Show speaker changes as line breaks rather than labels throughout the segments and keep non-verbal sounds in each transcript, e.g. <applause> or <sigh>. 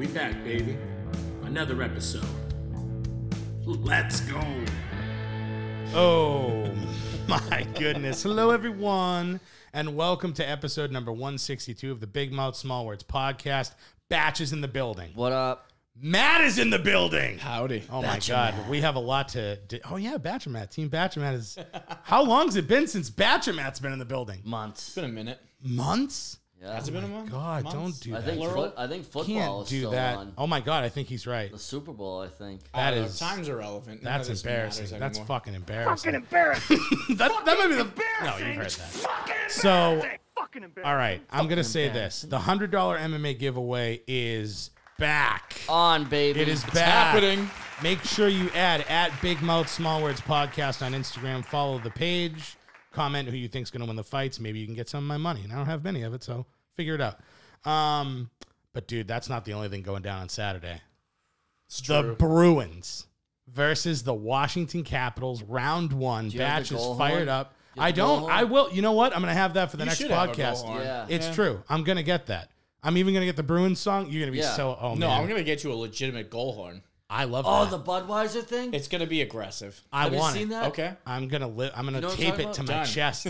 We back, baby. Another episode. Let's go.
Oh <laughs> my goodness. Hello, everyone, and welcome to episode number 162 of the Big Mouth Small Words podcast. Batch is in the building.
What up?
Matt is in the building.
Howdy.
Oh my God, we have a lot to. Di- oh yeah, Batchamat. Team Batchamat is. How long's it been since Batchamat's been in the building?
Months.
It's been a minute.
Months.
Yeah.
Has it been a month?
God,
Months?
don't do
I
that.
think
Plural?
foot, I think football
Can't
is
do
still
that.
on.
Oh my God, I think he's right.
The
Uh,
Super Bowl, I think.
That
I don't know.
is-
Times are relevant. None
That's
of this matters
embarrassing. That's
anymore.
fucking embarrassing. Fucking embarrassing. <laughs> that, that might be the no. You've heard that. so, all right, I'm gonna say this: the hundred dollar MMA giveaway is back.
On, baby.
It is back.
happening.
Make sure you add at Big Mouth Small Words Podcast on Instagram. Follow the page. Comment who you think's going to win the fights. Maybe you can get some of my money. And I don't have many of it, so figure it out. Um, but dude, that's not the only thing going down on Saturday. the Bruins versus the Washington Capitals, round one.
you have
Batch
the
is
goal
fired
horn?
up.
You have
I
the goal
don't.
horn?
I will. You know what? I'm going to have that for the
You
next
should have a goal
podcast.
horn.
Yeah.
It's true. I'm going to get that. I'm even going to get the Bruins song. You're going to be
Yeah.
so. Oh
No,
man,
I'm gonna get you a legitimate goal horn.
I love.
Oh,
that.
the Budweiser thing?
It's gonna be aggressive.
I
Have you
want
seen
it.
that?
Okay.
I'm gonna li- I'm gonna
You know what I'm
tape
talking
it to
about?
my
<laughs>
Done.
chest.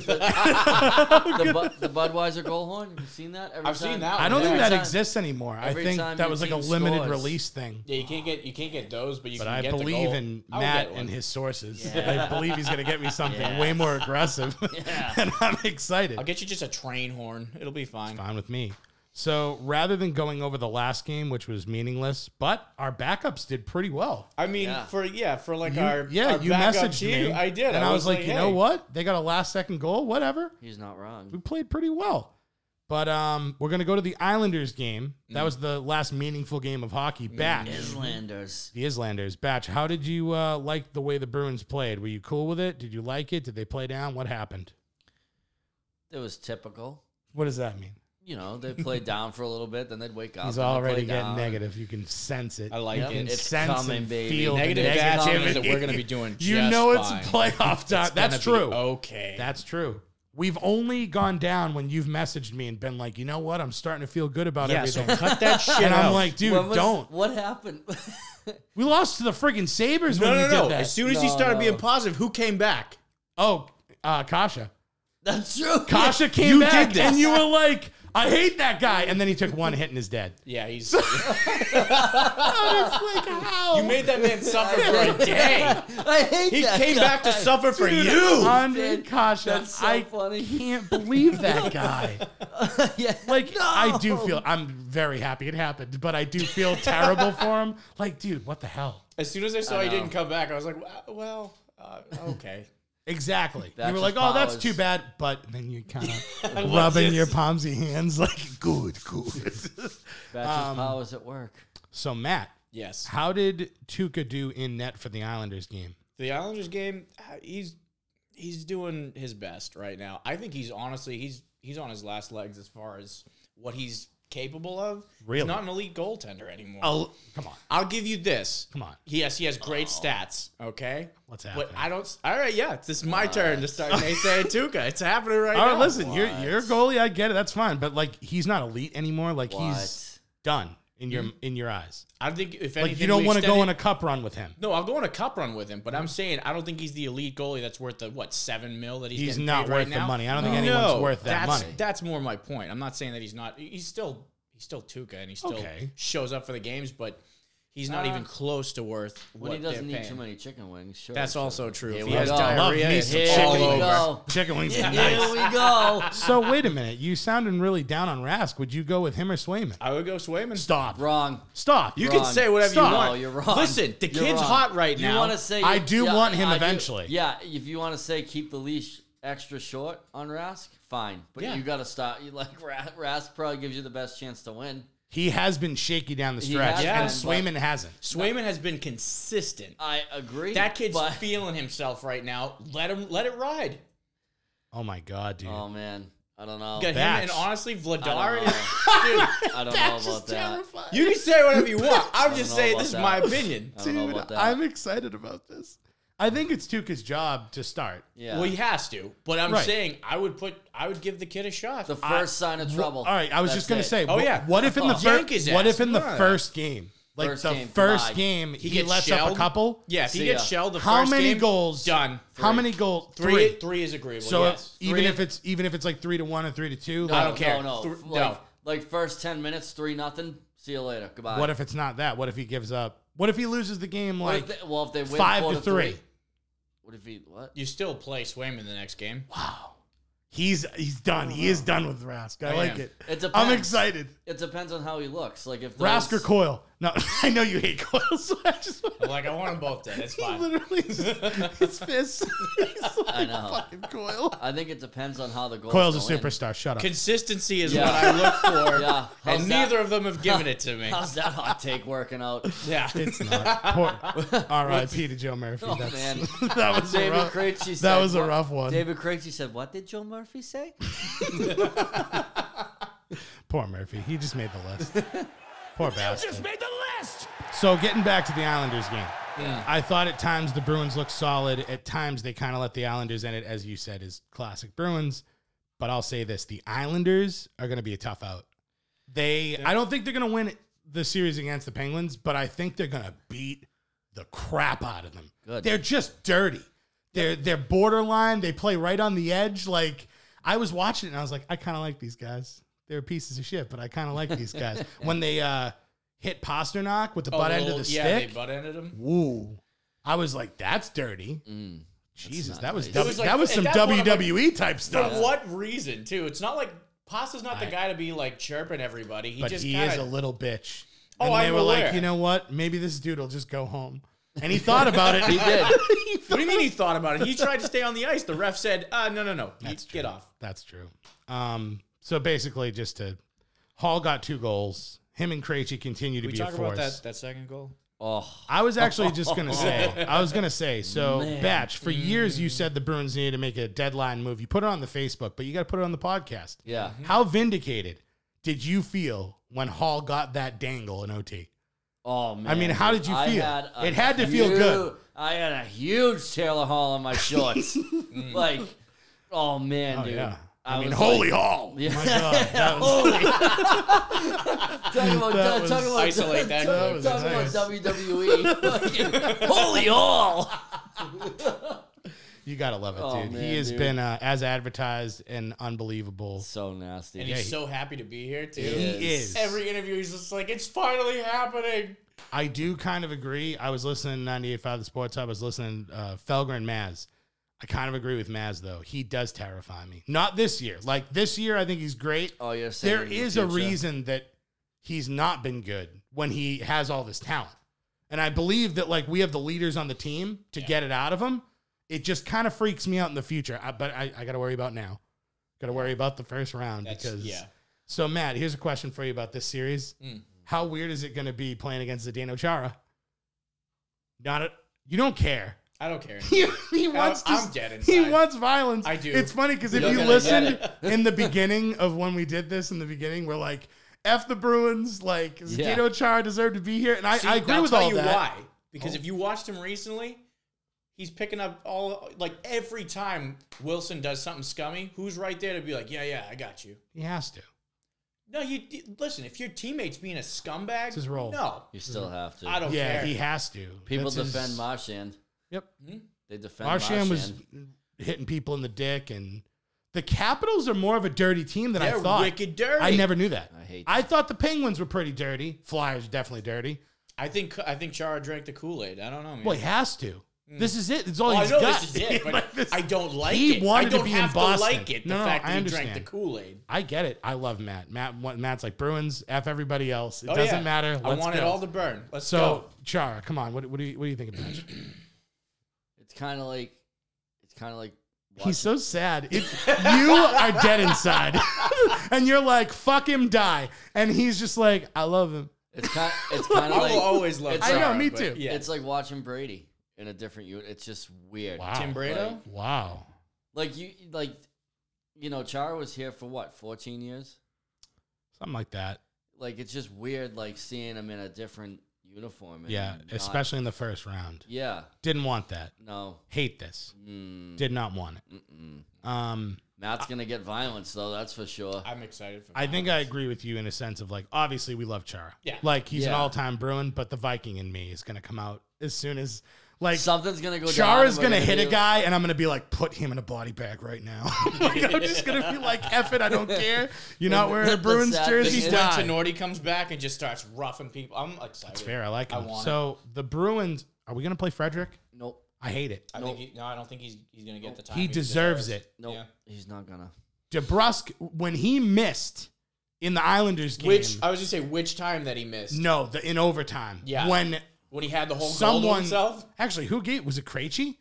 The, Bu- the Budweiser goal horn? Have you seen that? Every
I've seen
time?
that
I don't
Every
think that
time-
exists anymore. I
every
think
time
that
your
was like a
team
limited
scores.
release thing.
Yeah, you can't get you can't get those, but you
But
can
I
get the
believe
goal.
in
I would
Matt
get one.
and his sources.
Yeah.
I believe he's gonna get me something
<laughs> Yeah.
way more aggressive,
Yeah.
<laughs> and I'm excited.
I'll get you just a train horn. It'll be fine.
Fine with me. So rather than going over the last game, which was meaningless, but our backups did pretty well.
I mean,
Yeah.
for yeah, for like
You-
our
yeah,
our
you
backup
messaged
team,
me.
I did,
and I, was, like, you know
hey,
what? They got a last second goal. Whatever.
He's not
we
wrong.
played pretty well. But um, we're gonna go to the Islanders game.
Mm.
That was the last meaningful game of hockey. Batch,
Islanders.
the Islanders. Batch, how did you uh, like the way the Bruins played? Were you cool with it? Did you like it? Did they play down? What happened?
It was typical.
What does that mean?
You know,
<laughs>
they played down for a little bit, then they'd wake up.
He's
then they'd
already
play
getting
down.
negative. You can sense it.
I like
you
it.
Can
It's
sense
coming,
and
baby.
feel the
Negative Batch means that
negativity.
we're
<laughs>
gonna be doing.
You
just
know
fine.
it's playoff time.
It's
That's
gonna be
true.
Okay.
That's true. We've only gone down when you've messaged me and been like, you know what? I'm starting to feel good about
yeah. So
everything. <laughs>
cut that shit
and
out.
I'm like, dude,
When was-
don't.
What happened? <laughs>
We lost to the friggin' Sabres
No,
when
no,
we
no.
did that.
As soon as he
No,
started
no.
being positive, who came back?
oh, uh, Kasha.
That's true.
Kasha came
you
back
did this.
and you were like, I hate that guy. And then he took one hit and is dead.
Yeah, <laughs> he's.
I was like,
<laughs>
how?
you made that man
<laughs>
suffer for a day.
<laughs> I hate
He
that
came
guy.
back to suffer for you.
Andre Kasha.
That's so
I
funny.
can't believe that guy.
<laughs> yeah.
Like,
No.
I do feel, I'm very happy it happened, but I do feel terrible for him. Like, dude, what the hell?
As soon as I saw he didn't come back, I was like, "Well, well, uh, okay." <laughs>
Exactly. you
That's
were like,
just
oh, that's
powers.
too bad. But then you kind of rubbing your palmsy hands like, good, good.
Batch's
um,
powers at work.
so, Matt,
Yes.
How did Tuca do in net for the Islanders game?
The Islanders game, uh, he's he's doing his best right now. I think he's honestly he's he's on his last legs as far as what he's capable of.
Really?
He's not an elite goaltender anymore.
Oh, come on.
I'll give you this.
Come on.
Yes, he has great stats. Okay.
What's
But
happening?
I don't. All right, yeah, it's- this is my turn
<laughs>
to start naysaying Tuca. It's happening right
All
now.
right, listen, you're, you're a goalie. I get it. That's fine. But like, he's not elite anymore. Like, he's
What?
done in your in your eyes.
I think if anything,
Like, you don't
we
want to go on
extend
a cup run with him.
it- No, I'll go on a cup run with him, but I'm saying I don't think he's the elite goalie that's worth the what seven mil that he's.
He's
getting
not
paid
worth
right
the
now.
money. I don't think anyone's worth that
that's,
money.
That's more my point. I'm not saying that he's not. He's still he's still Tuca and he still
Okay.
shows up for the games, but he's not
Uh,
even close to worth what
When he doesn't
they're
eat
paying.
too many chicken wings, sure.
That's
sure.
also true.
Here
If
we
he has
go.
Love
diarrhea,
me
it's
some
all
chicken
over.
wings.
go.
Chicken wings are
<laughs> Here
nice.
we go.
So wait a minute. You sounding really down on Rask. Would you go with him or Swayman?
I would go Swayman.
Stop.
Wrong.
Stop.
You
Wrong.
can say whatever
Stop.
you
No,
want.
you're wrong.
Listen, the
You're
kid's
wrong.
hot right now.
You want to say?
I do want him
I do.
eventually.
Yeah, if you want to say keep the leash extra short on Rask, fine. But <laughs>
Yeah.
you got to stop. You like Ra- Rask probably gives you the best chance to win.
He has been shaky down the
He
stretch,
has
and
been,
Swayman hasn't.
Swayman has been consistent.
I agree.
That kid's
but-
feeling himself right now. Let him let it ride.
Oh my god, dude!
Oh man, I don't know.
Got him
Batch.
and honestly
Oh, I
<laughs> Vladar.
don't
is-
know. I don't know about that.
You can say whatever
<laughs>
you want. I'm
don't
just
know
saying
about
this
that. Um,
is
<laughs>
my opinion.
I don't know about that.
excited about this. I think it's Tuca's job to start.
yeah.
Well, he has to, but I'm
Right.
saying I would put I would give the kid a shot.
the first sign of
Wh-
trouble.
All right, I was
That's
just gonna
it.
say.
Oh,
wh-
yeah.
What if in the
Fuck. Yank
first?
his
What
ass.
if in the
Come on.
first game, like
First
the
game,
first
bye.
game, he,
he gets
lets
shelled.
up a couple?
Yeah, if he
See
gets
ya.
shelled the
How
first
many
game,
goals?
Done.
How many goals?
Three. Three, is agreeable.
So
yes.
even
Three-
if it's even if it's like three to one or three to two,
Oh, No,
like,
I don't
No,
care.
no.
Th-
like,
no.
like first ten minutes, three nothing. See you later. Goodbye.
what if it's not that? What if he gives up? What if he loses the game
What if
like
they- well, if they win
five
four
to three?
What if he? What?
you still play Swayman the next game,
He's he's done. He is done with Rask. I
I
like
am.
it.
Oh. It depends.
I'm excited.
It depends on how he looks. Like if
Rask or
those-
Coil? No, <laughs> I know you hate Coil, <laughs> so I just
<laughs>
I'm like I want them both
<laughs>
dead. It's
he
fine.
literally his fist. <laughs>
I know.
Coil.
I think it depends on how the goal.
Coil's a superstar. Shut up.
Consistency is
Yeah.
what I look for,
Yeah. <laughs> How's
and
that-
neither of them have given it to me.
<laughs> How's that hot take
<laughs>
working out?
Yeah,
It's not.
<laughs>
Poor, R.I.P. to Joe Murphy.
Oh
That's-
man.
<laughs> that was a
David
rough.
Krejci said
that was a
what-
rough one.
David Krejci said, "What did Joe Murphy say?"
Poor Murphy. He just made the <laughs> list. Poor bastard. just made the list. So getting back to the Islanders game, I thought at times the Bruins looked solid. At times they kind of let the Islanders in it, as you said, is classic Bruins. But I'll say this: the Islanders are going to be a tough out. They, I don't think they're going to win the series against the Penguins, but I think they're going to beat the crap out of them.
Good.
They're just dirty. They're they're borderline. They play right on the edge. Like I was watching it and I was like, I kind of like these guys. They're pieces of shit, but I kind of like these
<laughs>
guys. when they uh, hit Pasternak with the
<laughs> Oh,
butt
the
end of
little-
the
yeah,
stick,
they butt ended him.
woo! I was like, that's dirty.
Mm.
Jesus, that was,
nice.
w-
It was like-
that was
at
some
that point, I'm like,
WWE type stuff.
For what reason, too? It's not like Pasta's not the
I-
guy to be like chirping everybody. He
but
just
he
kinda,
is a little bitch.
Oh,
and they
I'm
were like,
aware.
you know what? Maybe this dude will just go home. And he thought about
<laughs>
it.
He did.
What do you mean he thought about it? He tried to stay on the ice. The ref said, uh, no, no, no. You
That's
get off.
That's true. Um, so basically, just to Hall got two goals. Him and Krejci continue to
we
be a
talk about
force.
that, that second goal?
<laughs> Oh,
I was actually just gonna say. I was gonna say. So, Batch, for years you said the Bruins needed to make a deadline move. You put it on the Facebook, but you got to put it on the podcast.
yeah.
How vindicated did you feel when Hall got that dangle in OT?
Oh man.
mean, how did you
I
feel?
had a
It had to feel good.
huge- I had a huge Taylor Hall on
<laughs>
my shorts. like, oh man,
Oh
dude.
yeah. I, mean,
was
holy
like-
Hall!
Yeah.
My God, that
<laughs>
was-
Talking
<laughs>
about,
That was-
talking about,
Isolate that
That
clip.
was
talking
nice.
about
<laughs>
WWE. holy all.
you gotta love it,
Oh,
dude. he
man,
has
dude.
been uh, as advertised and unbelievable.
So nasty.
And
Yeah,
he's
he-
so happy to be here, too.
He is.
Every interview, he's just like, it's finally happening.
I do kind of agree. I was listening to 98.5 The Sports Hub. I was listening uh, Felger and Maz. I kind of agree with Maz, though. He does terrify me. Not this year. Like, this year, I think he's great.
oh, you're saying
there
in the
is a
future.
reason that he's not been good when he has all this talent. And I believe that, like, we have the leaders on the team to get it out of him. It just kind of freaks me out in the future. I, but I, I got to worry about now. Got to worry about the first round
That's,
because
yeah.
so, Matt, here's a question for you about this series.
Mm.
How weird is it going to be playing against Zdeno Chara? Not a, you don't
<laughs>
care.
I don't care.
<laughs> He, he wants to,
I'm dead
He
inside.
wants violence.
I do.
It's funny because if
You're
you
gonna
listen
get
<laughs> in the beginning of when we did this, in the beginning, we're like, "F the Bruins!" Like
Yeah.
Zdeno Chara deserved to be here, and I,
See,
I agree
I'll
with
tell
all
you
that. Oh.
why. Because if you watched him recently, he's picking up all, like, every time Wilson does something scummy, who's right there to be like, yeah, yeah, I got you.
He has to.
No, you listen. If your teammate's being a scumbag,
It's his role.
No,
You still have to.
I don't
yeah,
care.
he has to.
People
That's his-
defend Marchand.
Yep.
They defend
Marshan
Marchand.
was hitting people in the dick, and the Capitals are more of a dirty team than I
They're
thought.
wicked dirty.
I never knew that.
I hate
I thought the Penguins were pretty dirty. Flyers definitely dirty.
I think I think Chara drank the Kool Aid. I don't know. Man.
Well, he has to. This is it. It's all
Mm. Well, I
he's
know
got.
this
<laughs>
is it, but
Like this-
I don't like
he
it.
wanted
I don't
to be in
have
Boston.
to like it. The
No, no,
fact
I
that he drank the
understand.
Kool Aid.
I get it. I love Matt. Matt. what- Matt's like Bruins. F everybody else. It
Oh,
doesn't
yeah.
matter.
I
Let's
want it
go.
all to burn. Let's
so
go.
Chara, come on. What, what do you what do you think about? it?
It's kind of like, it's kind of like.
<laughs>
He's so sad. It's, you are dead inside. <laughs> and you're like, fuck him, die. And he's just like, I love him.
It's kind. It's kind of
<laughs> I will
like.
always love.
It's- I know,
Zara,
me
but
too.
Yeah,
It's like watching Brady in a different unit. It's just weird.
Wow.
Tim Brady.
Like,
Wow.
like you, like you know, Chara was here for what, fourteen years?
Something like that.
Like it's just weird, like seeing him in a different uniform. and
Yeah.
not-
Especially in the first round.
Yeah.
Didn't want that.
No.
Hate this.
Mm,
Did not want it.
mm-mm.
Um,
Matt's gonna get violence though. That's for sure.
I'm excited for.
I
that.
think I agree with you in a sense of like, obviously we love Chara.
Yeah.
Like he's an
Yeah.
all-time Bruin, but the Viking in me is gonna come out as soon as like
Something's gonna go. down
Chara's
and we're
gonna hit a
be-
guy, and I'm gonna be like, put him in a body bag right now. <laughs> like, I'm just gonna be like, F it, I don't care. You're not wearing a
the
Bruins
sad
jersey,
thing is-
die.
Tenorti comes back and just starts roughing people. I'm excited.
That's fair. I like
I
him.
want
so the Bruins, are we gonna play Frederick?
Nope.
I hate it.
I
Nope.
think he, no, I don't think he's he's gonna get the time.
He deserves it.
Nope.
Yeah.
He's not gonna.
DeBrusque, when he missed in the Islanders game,
Which I was gonna say, which time that he missed
no, the, in overtime,
Yeah.
when
when he had the whole goal to
someone
himself.
actually who gave was it Krejci?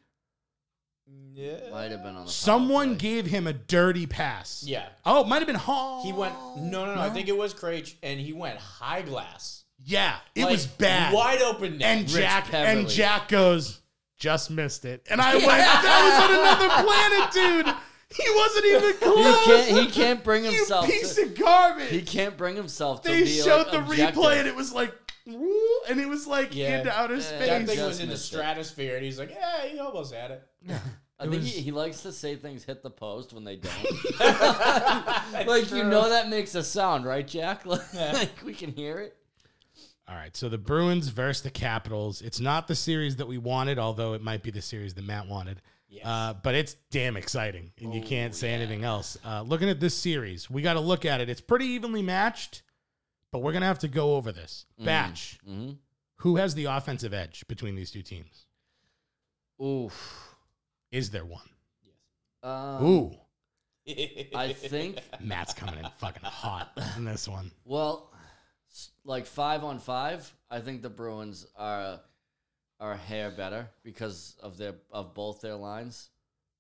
Yeah.
Might have been on the. power
Someone
play.
gave him a dirty pass.
Yeah.
Oh, it might have been Hall.
He went no, no, no, I think it was Krejci, and he went high glass.
Yeah, it
Like,
was bad.
Wide open net.
and
Rich
Jack
Peverly.
and Jack goes, just missed it. And I went, that was on another planet, dude. He wasn't even
He
close.
can't. He can't
<laughs>
bring
you
himself.
piece
to,
of garbage.
he can't bring himself. to
they
be,
showed
like,
the
objective.
replay and it was like, woo, and it was like
Yeah.
into outer
that
space.
thing
Just
was in the
missed it.
stratosphere, and he's like, "Yeah, he almost had it."
I
It
think
was-
he, he likes to say things hit the post when
<laughs>
they don't. <laughs> like you know that makes a sound, right, Jack? <laughs> Like, we can hear it.
All right, so the Bruins versus the Capitals. It's not the series that we wanted, although it might be the series that Matt wanted. Uh, but it's damn exciting, and
Oh,
you can't say anything else. Uh, looking at this series, we got to look at it. It's pretty evenly matched, but we're gonna have to go over this. Batch,
Mm-hmm.
who has the offensive edge between these two teams?
Oof.
Is there one?
Um,
Ooh,
<laughs> I think.
Matt's coming in fucking hot in this one.
Well, s- like five on five, I think the Bruins are are a hair better because of their of both their lines.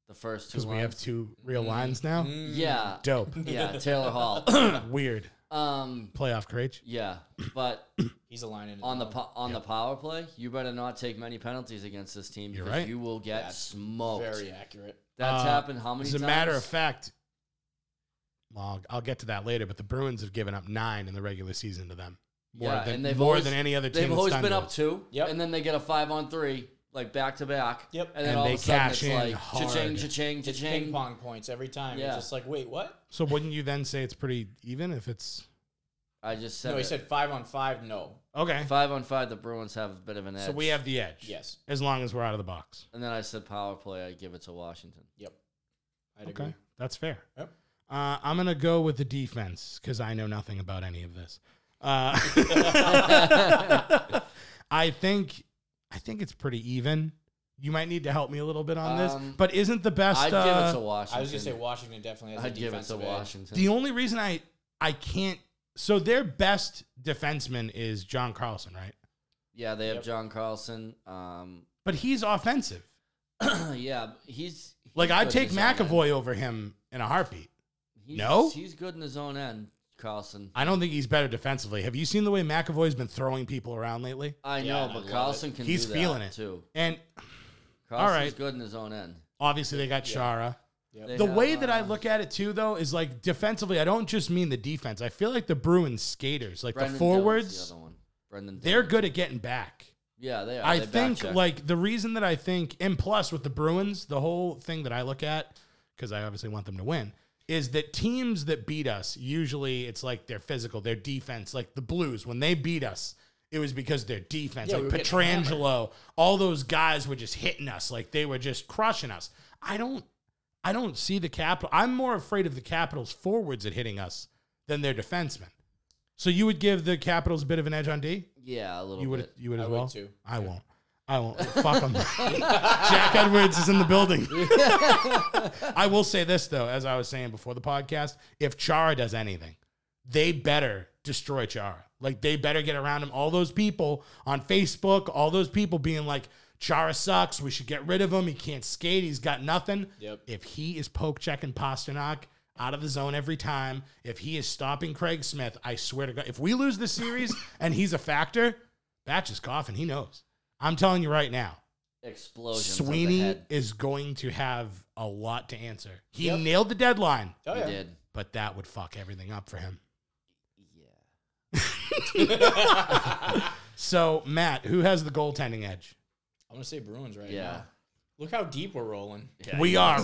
The first two
Because
lines. Mm.
we have two real lines now.
Mm.
<laughs>
yeah.
Dope.
Yeah,
<laughs>
Taylor Hall.
Weird.
um,
Playoff courage.
yeah, but
<coughs> he's aligning it
on the
up.
po- on the power play, you better not take many penalties against this team
You're
because
right.
you will get smoked.
Very accurate.
That's
Uh,
happened how many
As a
times?
matter of fact, well, I'll get to that later, but the Bruins have given up nine in the regular season to them. More,
yeah,
than,
and they've
more
always,
than any other team.
They've
that's
always
done
been
to
up
us.
two,
Yep.
and then they get a five on three, like back to back.
Yep.
and then
And
all
they
of a sudden
cash
it's
in
like
hard.
cha-ching, cha-ching,
It's ping
cha-ching.
pong points every time.
Yeah.
It's just like, wait, what?
So wouldn't you then say it's pretty even if it's
I just said,
No, he
it.
said five on five. No.
okay?
five on five. The Bruins have a bit of an edge.
So we have the edge.
Yes.
As long as we're out of the box.
and then I said power play. I give it to Washington.
Yep. I'd
Okay, that's fair.
Yep.
Uh, I'm gonna go with the defense because I know nothing about any of this. <laughs> Uh, I think I think it's pretty even. You might need to help me a little bit on
Um,
this, but isn't the best?
I'd give
uh,
it to Washington.
I was gonna say Washington definitely has a
I'd give it to
defensive edge.
Washington.
the only reason I I can't. So their best defenseman is John Carlson, right?
yeah, they have
Yep.
John Carlson. Um,
But he's offensive.
yeah, he's
Like
he's
I'd
good
take
in his own end.
McAvoy over him in a heartbeat.
He's,
No?
he's good in his own end, Carlson.
I don't think he's better defensively. Have you seen the way McAvoy's been throwing people around lately?
I
Yeah,
know,
and I
but
love
Carlson can.
He's
do
feeling
that
it.
too.
And
Carlson's
right.
good in his own end.
obviously they got Shara.
Yep.
They
the
have,
way that I
uh,
look at it too, though, is like defensively. I don't just mean the defense. I feel like the Bruins skaters, like
Brendan
the
Dillon's
forwards,
the other one. Brendan,
they're
Dillon.
good at getting back.
Yeah, they are.
I
They
think
backcheck.
like the reason that I think, and plus with the Bruins, the whole thing that I look at because I obviously want them to win is that teams that beat us usually it's like their physical, their defense. Like the Blues when they beat us. It was because their defense,
Yeah, we
like
were getting hammered.
Petrangelo, all those guys were just hitting us, like they were just crushing us. I don't, I don't see the capital. I'm more afraid of the Capitals forwards at hitting us than their defensemen. So you would give the Capitals a bit of an edge on D.
yeah, a little
You would
bit.
you would
I
as
would
well.
too.
I won't. I
<laughs>
won't. Fuck him. Jack Edwards is in the building. I will say this though, as I was saying before the podcast, if Chara does anything, they better destroy Chara. Like they better get around him. All those people on Facebook, all those people being like, Chara sucks. We should get rid of him. He can't skate. He's got nothing.
Yep.
If he is poke checking Pasternak, out of the zone every time. If he is stopping Craig Smith, I swear to God, if we lose this
<laughs>
series and he's a factor, Batch is coughing. He knows. I'm telling you right now,
Explosion.
Sweeney
head.
is going to have a lot to answer. He nailed the deadline,
Oh
He
<laughs>
yeah.
did.
but that would fuck everything up for him.
Yeah.
So, Matt, who has the goaltending edge?
<laughs> I'm gonna say Bruins right
Yeah.
now. Look how deep we're rolling.
Yeah,
we
you
are.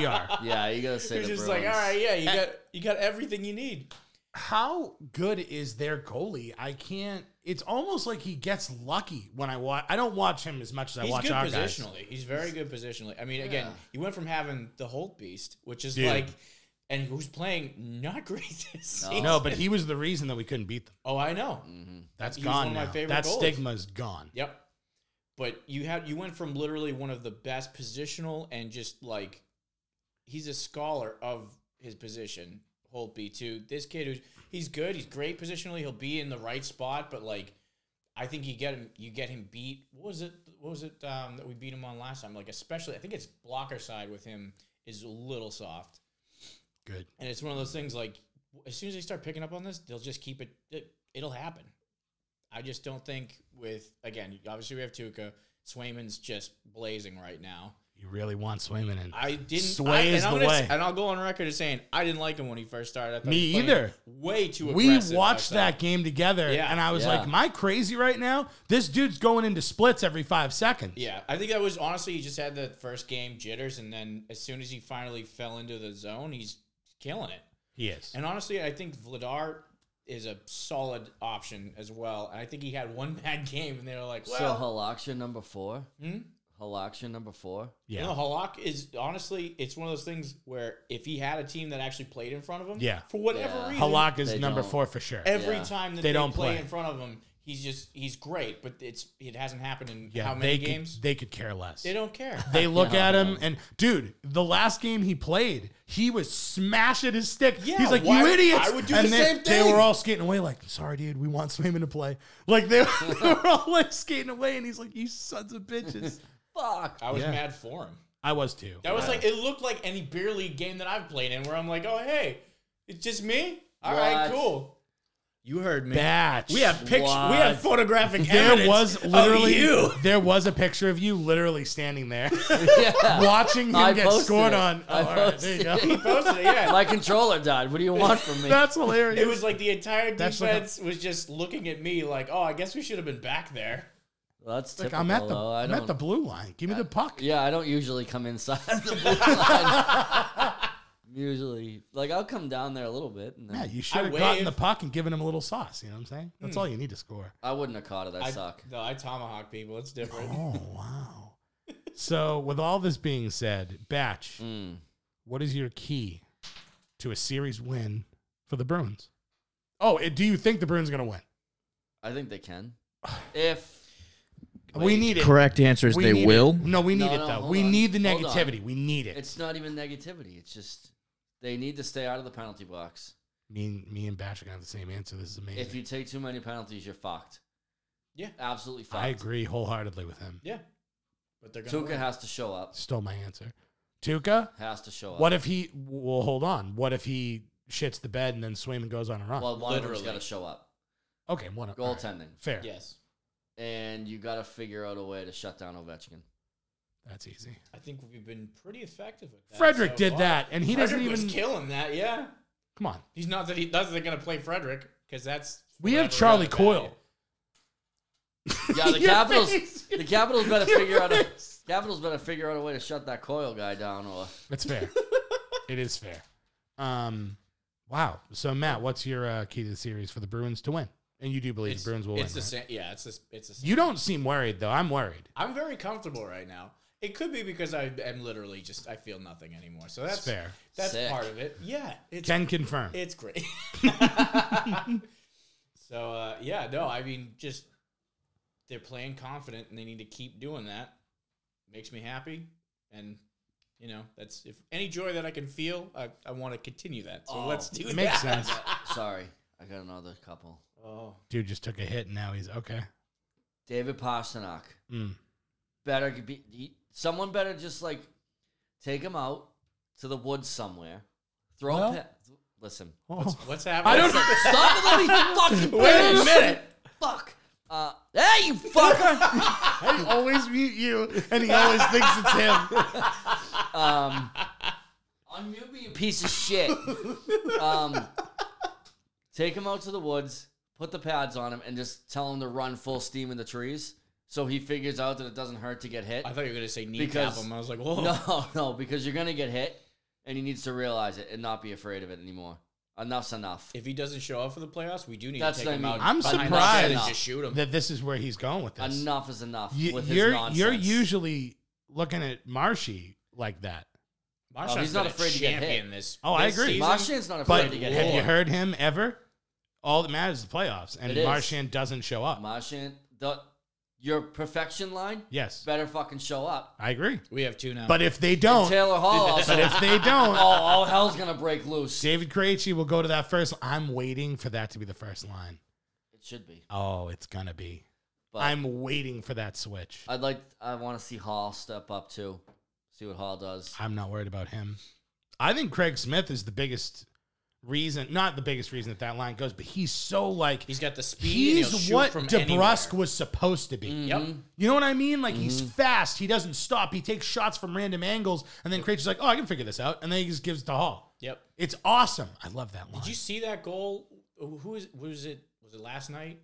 <laughs> we are.
Yeah, you gotta say
You're
the
just
Bruins.
like, all right, yeah, you got you got everything you need.
<laughs> how good is their goalie? I can't. It's almost like he gets lucky when I watch. I don't watch him as much as I
He's
watch
good
our guys.
positionally. He's very good positionally. I mean, again,
Yeah.
you went from having the Holt Beast, which is
Dude.
like, and who's playing not great this
No.
season.
No, but he was the reason that we couldn't beat them.
Oh, I know.
Mm-hmm.
That's
He was
gone
one of my
now.
favorite
that
goals.
stigma's gone.
Yep. But you had you went from literally one of the best positional and just like he's a scholar of his position, Holt B two. This kid who's he's good, he's great positionally, he'll be in the right spot, but like I think you get him you get him beat. What was it what was it um, that we beat him on last time? Like especially I think it's blocker side with him is a little soft.
Good.
And it's one of those things like as soon as they start picking up on this, they'll just keep it. it it'll happen. I just don't think with again. Obviously, we have Tuca. Swayman's just blazing right now.
You really want Swayman in?
I didn't.
Sway
I,
is
and I'm
the
gonna
way.
s- and I'll go on record as saying I didn't like him when he first started. I thought
Me
he was playing
either.
Way too.
we
aggressive, I
watched
thought.
that game together,
Yeah.
and I was
Yeah.
like, "Am I crazy right now? This dude's going into splits every five seconds."
Yeah, I think that was honestly he just had the first game jitters, and then as soon as he finally fell into the zone, he's killing it.
he is.
And honestly, I think Vladar is a solid option as well. And I think he had one <laughs> bad game, and they were like,
So
"Well,
Halaksha number four.
Hmm?
Halaksha number four.
yeah,
You know, Halak is honestly, it's one of those things where if he had a team that actually played in front of him,
Yeah.
for whatever
Yeah.
reason,
Halak is
They
number
don't.
four for sure.
every
Yeah.
time that
They
they,
don't
play,
play.
in front of him, he's just he's great, but it's it hasn't happened in
yeah,
how many
they
games?
Could, they could care less. <laughs>
they don't care.
They look at him and dude, the last game he played, he was smashing his stick.
Yeah,
He's like,
why-
"You idiots!"
I would do
and
the
they,
same
They
thing.
were all skating away, like, "Sorry, dude, we want Swayman to play." Like they, <laughs> they were all like skating away, and he's like, "You sons of bitches."
Fuck.
I was
Yeah.
mad for him.
<laughs> I was too.
That was like it looked like any beer league game that I've played in, where I'm like, oh hey, it's just me. All right,
What?
cool. You heard me.
Batch.
We have pictures. We
What?
have photographic
There
evidence
was
of
literally
you. <laughs>
there was a picture of you literally standing there
<laughs> yeah.
<laughs> watching him
I
get
posted
scored
it.
on.
I
Oh, all right, there
posted
you go.
He <laughs> posted it, yeah.
My controller died. What do you want from
<laughs>
me?
That's hilarious.
It was like the entire
That's like a-
defense was just looking at me like, oh, I guess we should have been back there.
Well, that's
Like,
typical.
I'm at the
though. I
I'm
don't,
at the blue line. Give me the puck.
Yeah, I don't usually come inside
<laughs>
the blue line. usually, like I'll come down there a little bit. And then
Yeah, you should have
waved. Hmm.
gotten the puck and given him a little sauce. You know what I'm saying? That's all you need to score.
I wouldn't have caught it. I,
I
suck.
No, I tomahawk people. It's different.
Oh wow! so, with all this being said, Batch,
Mm.
what is your key to a series win for the Bruins? Oh, and do you think the Bruins are going to win?
I think they can.
<sighs>
If
We need it.
Correct answer
We need it. No, we need
No,
it
no,
though.
hold
We
on.
need the
Hold on.
negativity. We need it.
it's not even negativity, it's just they need to stay out of the penalty box.
me, and- me and Batch are going to have the same answer. This is amazing.
If you take too many penalties, you're fucked.
Yeah.
absolutely fucked.
I agree wholeheartedly with him.
Yeah. But they're going
Tuca
to
has to show up.
Stole my answer. Tuca,
Has to show up.
what if he? Well, hold on. What if he shits the bed and then Swayman goes on a run?
well, one of them's
Literally.
got to show up.
okay, one all right.
Goaltending,
Fair.
Yes.
and you got to figure out a way to shut down
<laughs>
Ovechkin.
That's easy.
I think we've been pretty effective with that.
Frederick
so
did
far.
that, and he
Frederick
doesn't even.
was killing that, yeah.
Come on.
He's not that he does they're going to play Frederick because that's.
We have
whatever
Charlie
that
Coyle.
Yeah, the
Your
Capitals.
face.
The Capitals better figure out a
face.
Capitals better figure out a way to shut that coil guy
<laughs>
down. Or
That's
<laughs>
fair. it is fair. Um, wow. So Matt, what's your uh, key to the series for the Bruins to win? And you do believe
It's,
the Bruins will
it's the
win. right?
same. Yeah, it's the, it's the same.
You don't seem worried though. I'm worried.
I'm very comfortable right now. It could be because I am literally just I feel nothing anymore. So that's
That's fair.
That's
Sick.
part of it. Yeah, it's
Can confirm.
it's great. <laughs> so uh, yeah, no, I mean just they're playing confident and they need to keep doing that. Makes me happy, and you know that's if any joy that I can feel, I, I want to continue that. So
Oh,
let's do
it makes
that.
sense.
sorry, I got another couple.
<laughs> Oh,
Dude just took a hit and now he's okay.
David Pasternak
Hmm.
Mm.
better be he, someone better just like take him out to the woods somewhere, Throw
Well-
a pa- Listen.
What's happening?
I don't.
Stop and let me fucking
<laughs> Wait a
finish.
minute.
Fuck. Uh, hey, you
<laughs>
fucker.
I always mute you, and he always thinks it's
<laughs>
him.
um, unmute me, you piece of shit. Um, take him out to the woods, put the pads on him, and just tell him to run full steam in the trees. So he figures out that it doesn't hurt to get <laughs> hit.
I thought you were gonna say kneecap
Because-
him. I was like, whoa.
No, no, because you're gonna get hit, and he needs to realize it and not be afraid of it anymore. Enough's enough.
If he doesn't show up for the playoffs, we do need
That's
to
what
take
I
him
mean.
out.
I'm
behind the net
surprised
and just shoot him.
That this is where he's going with this.
Enough is enough
You,
with his
you're
nonsense.
you're usually looking at Marshy like that.
Oh,
Marshawn's
he's not
been a
afraid to get hit.
champion This.
Oh, I
this
agree.
season.
Marchand's not afraid
But
to get
have
hit.
you heard him ever? All that matters is the playoffs, and
It is.
Marchand doesn't show up.
Marchand, the your perfection line
yes,
better fucking show up.
I agree.
We have two now.
But if they don't,
Taylor Hall also.
but <laughs> if
<laughs>
they
oh,
don't,
all hell's gonna break loose. It
David Krejci will go to that first. I'm waiting for that to be the first line.
should be.
Oh, it's gonna be.
But i
I'm waiting for that switch.
would like. I want to see Hall step up too. See what Hall does.
I'm not worried about him. I think Craig Smith is the biggest reason, not the biggest reason that that line goes, but he's so like
he's got the speed. and he'll
he's
shoot
what
from
DeBrusque
anywhere. Mm. Mm-hmm.
was supposed to be.
Yep.
You know what I mean? Like he's fast. He doesn't stop. He takes shots from random angles, and then Krejci's like, "Oh, I can figure this out," and then he just gives it to Hall.
Yep.
It's awesome. I love that line.
Did you see that goal? Who who is was it? Was it last night